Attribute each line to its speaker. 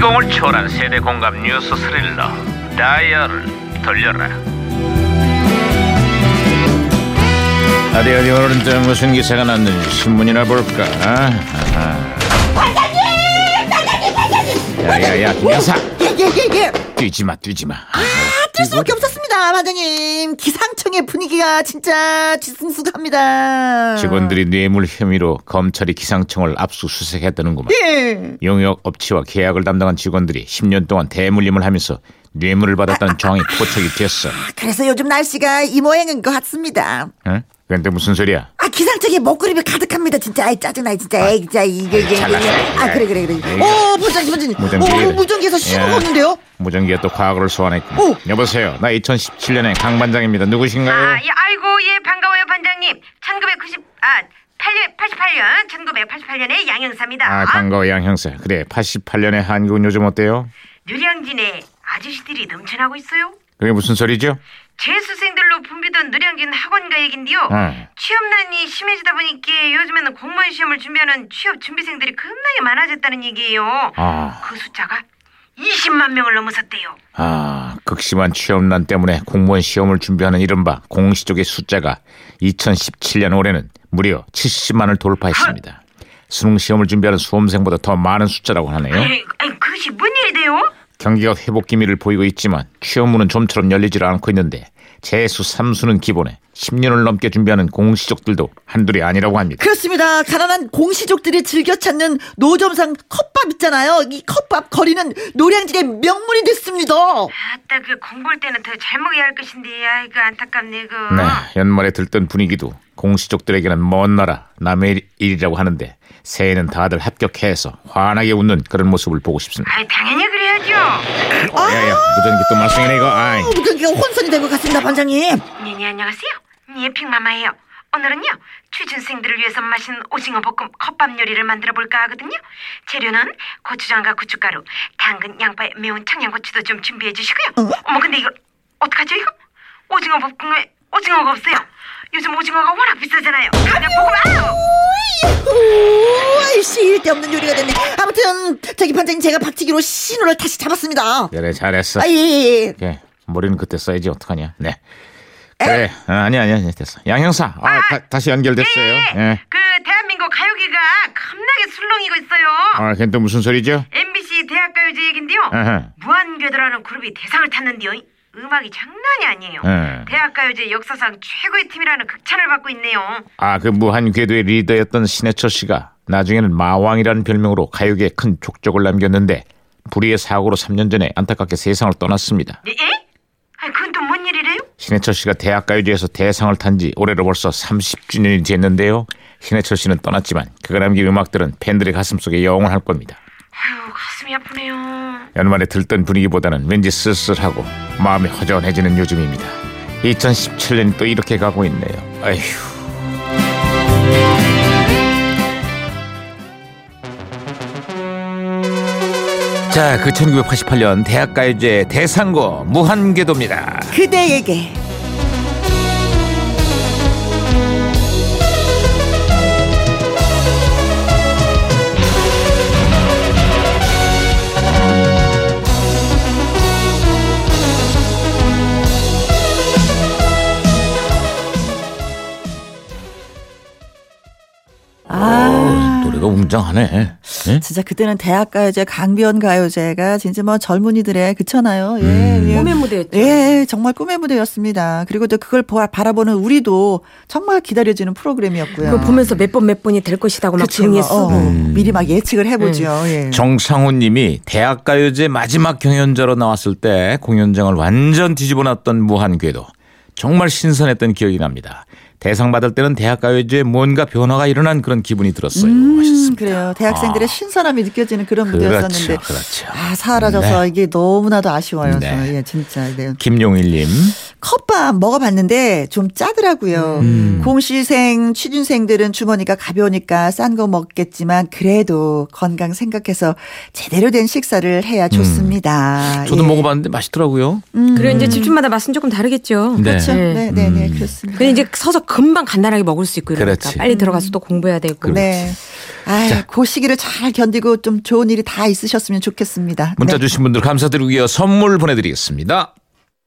Speaker 1: 감동을 초월한 세대 공감 뉴스 스릴러 다이얼을 돌려라 어디 어디 오늘은 또 무슨 기사가 났는지 신문이나 볼까 야야야 김여사
Speaker 2: 예예예 예,
Speaker 1: 뛰지마 뛰지마
Speaker 2: 뛸 수밖에 없었습니다 반장님 기상청의 분위기가 진짜 뒤숭숭합니다
Speaker 1: 직원들이 뇌물 혐의로 검찰이 기상청을 압수수색했다는구만
Speaker 2: 예
Speaker 1: 용역 업체와 계약을 담당한 직원들이 10년 동안 대물림을 하면서 뇌물을 받았다는 정황이 포착이 됐어.
Speaker 2: 아, 그래서 요즘 날씨가 이 모양인 것 같습니다
Speaker 1: 응? 근데 무슨 소리야?
Speaker 2: 아 기상청에 먹구름이 가득합니다 진짜 아이 짜증나 진짜 에이 진짜 이게 이게 이게.
Speaker 1: 잘났어.
Speaker 2: 아 그래 그래 그래
Speaker 1: 에이.
Speaker 2: 오 반장님 반장님
Speaker 1: 예. 무전기. 예.
Speaker 2: 오 무전기에서 신호가
Speaker 1: 야.
Speaker 2: 오는데요
Speaker 1: 무전기가 또 과거를 소환했군.
Speaker 2: 오!
Speaker 1: 여보세요. 나 2017년의 강반장입니다. 누구신가요?
Speaker 3: 아, 예, 아이고, 예, 반가워요, 반장님. 1990, 아, 8년, 88년, 1988년의 양형사입니다.
Speaker 1: 아, 반가워 양 형사. 그래, 88년의 한국은 요즘 어때요?
Speaker 3: 누량진에 아저씨들이 넘쳐나고 있어요.
Speaker 1: 그게 무슨 소리죠?
Speaker 3: 재수생들로 붐비던 누량진 학원가 얘긴데요.
Speaker 1: 응.
Speaker 3: 취업난이 심해지다 보니까 요즘에는 공무원 시험을 준비하는 취업 준비생들이 겁나게 많아졌다는 얘기예요.
Speaker 1: 아.
Speaker 3: 그 숫자가 20만 명을 넘어섰대요.
Speaker 1: 아, 극심한 취업난 때문에 공무원 시험을 준비하는 이른바 공시 쪽의 숫자가 2017년 올해는 무려 70만을 돌파했습니다. 수능 시험을 준비하는 수험생보다 더 많은 숫자라고 하네요.
Speaker 3: 아이, 아이, 그것이 뭔 일이래요?
Speaker 1: 경기가 회복 기미를 보이고 있지만 취업문은 좀처럼 열리질 않고 있는데 재수 삼수는 기본에 10년을 넘게 준비하는 공시족들도 한둘이 아니라고 합니다.
Speaker 2: 그렇습니다 가난한 공시족들이 즐겨 찾는 노점상 컵밥 있잖아요 이 컵밥 거리는 노량진의 명물이 됐습니다
Speaker 3: 아따, 그 공부할 때는 더 잘 먹어야 할 것인데, 아이고, 안타깝네, 그.
Speaker 1: 네, 연말에 들뜬 분위기도 공시족들에게는 먼 나라 남의 일이라고 하는데 새해에는 다들 합격해서 환하게 웃는 그런 모습을 보고 싶습니다.
Speaker 3: 아이 당연히 그래야죠.
Speaker 1: 야야 무전기 또 말썽이네 이거 아이
Speaker 2: 오 무전기가 혼선이 된 것 같습니다 반장님
Speaker 3: 네, 네 안녕하세요. 네 핑마마예요. 오늘은요 취준생들을 위해서 맛있는 오징어 볶음 컵밥 요리를 만들어 볼까 하거든요. 재료는 고추장과 고춧가루, 당근, 양파에 매운 청양고추도 좀 준비해 주시고요. 어머 근데 이걸 어떡하죠 이거? 오징어 볶음에 오징어가 없어요. 요즘 오징어가 워낙 비싸잖아요. 그냥 볶으면 아우!
Speaker 2: 오, 아이씨 일대 없는 요리가 됐네. 아무튼 저기 반장님 제가 박치기로 신호를 다시 잡았습니다.
Speaker 1: 그래 잘했어
Speaker 2: 아예 예, 예.
Speaker 1: 예, 머리는 그때 써야지 어떡하냐 네 그래 아, 아니 아니 아니 됐어 양 형사 아, 다, 시 연결됐어요 예.
Speaker 3: 그 대한민국 가요계가 겁나게 술렁이고 있어요.
Speaker 1: 아 그건 또 무슨 소리죠
Speaker 3: MBC 대학가요제 얘긴데요.
Speaker 1: 아하.
Speaker 3: 무한궤도라는 그룹이 대상을 탔는데요. 음악이 장난이 아니에요.
Speaker 1: 예.
Speaker 3: 대학가요제 역사상 최고의 팀이라는 극찬을 받고 있네요.
Speaker 1: 아그 무한 궤도의 리더였던 신해철 씨가 나중에는 마왕이라는 별명으로 가요계에 큰 족적을 남겼는데 불의의 사고로 3년 전에 안타깝게 세상을 떠났습니다
Speaker 3: 예? 예? 아니, 그건 또 뭔 일이래요?
Speaker 1: 신해철 씨가 대학 가요제에서 대상을 탄 지 올해로 벌써 30주년이 됐는데요. 신해철 씨는 떠났지만 그가 남긴 음악들은 팬들의 가슴 속에 영원할 겁니다.
Speaker 3: 아유 가슴이 아프네요.
Speaker 1: 연말에 들뜬 분위기보다는 왠지 쓸쓸하고 마음이 허전해지는 요즘입니다. 2017년이 또 이렇게 가고 있네요. 아휴. 자, 그 1988년 대학가요제 대상고 무한궤도입니다.
Speaker 2: 그대에게
Speaker 1: 노래가 웅장하네. 예?
Speaker 2: 진짜 그때는 대학 가요제, 강변 가요제가 진짜 뭐 젊은이들의 그잖아요. 예,
Speaker 1: 음.
Speaker 2: 예.
Speaker 3: 꿈의 무대였죠.
Speaker 2: 예, 정말 꿈의 무대였습니다. 그리고 또 그걸 보아- 바라보는 우리도 정말 기다려지는 프로그램이었고요.
Speaker 4: 그걸 보면서 몇 번 몇 번이 될 것이라고 막
Speaker 2: 그쵸,
Speaker 4: 종이에
Speaker 2: 뭐,
Speaker 4: 쓰고
Speaker 2: 어,
Speaker 1: 음.
Speaker 2: 미리 막 예측을 해보죠. 예.
Speaker 1: 정상훈님이 대학가요제 마지막 경연자로 나왔을 때 공연장을 완전 뒤집어놨던 무한궤도 정말 신선했던 기억이 납니다. 대상 받을 때는 대학가요제에 뭔가 변화가 일어난 그런 기분이 들었어요.
Speaker 2: 음,
Speaker 1: 하셨습니다. 아.
Speaker 2: 그래요. 대학생들의 신선함이 느껴지는 그런 무대였었는데.
Speaker 1: 그렇죠, 그렇죠.
Speaker 2: 아, 사라져서 이게 너무나도 아쉬워요.
Speaker 1: 네.
Speaker 2: 저는. 예, 진짜. 네.
Speaker 1: 김용일님,
Speaker 2: 컵밥 먹어봤는데 좀 짜더라고요.
Speaker 1: 음.
Speaker 2: 공시생, 취준생들은 주머니가 가벼우니까 싼 거 먹겠지만 그래도 건강 생각해서 제대로 된 식사를 해야 좋습니다.
Speaker 1: 음. 저도
Speaker 2: 예. 음,
Speaker 1: 먹어봤는데 맛있더라고요.
Speaker 4: 그래 이제 집집마다 맛은 조금 다르겠죠.
Speaker 1: 음.
Speaker 4: 그러니까
Speaker 1: 네.
Speaker 2: 그렇죠.
Speaker 4: 예.
Speaker 2: 네, 네, 네, 그렇습니다.
Speaker 4: 근데 이제 서서 금방 간단하게 먹을 수 있고 이러니까
Speaker 1: 그렇지.
Speaker 4: 빨리 들어가서 또 공부해야 되고
Speaker 2: 네. 아유,
Speaker 1: 자.
Speaker 2: 그 시기를 잘 견디고 좀 좋은 일이 다 있으셨으면 좋겠습니다.
Speaker 1: 문자
Speaker 2: 네.
Speaker 1: 주신 분들 감사드리고요. 선물 보내드리겠습니다.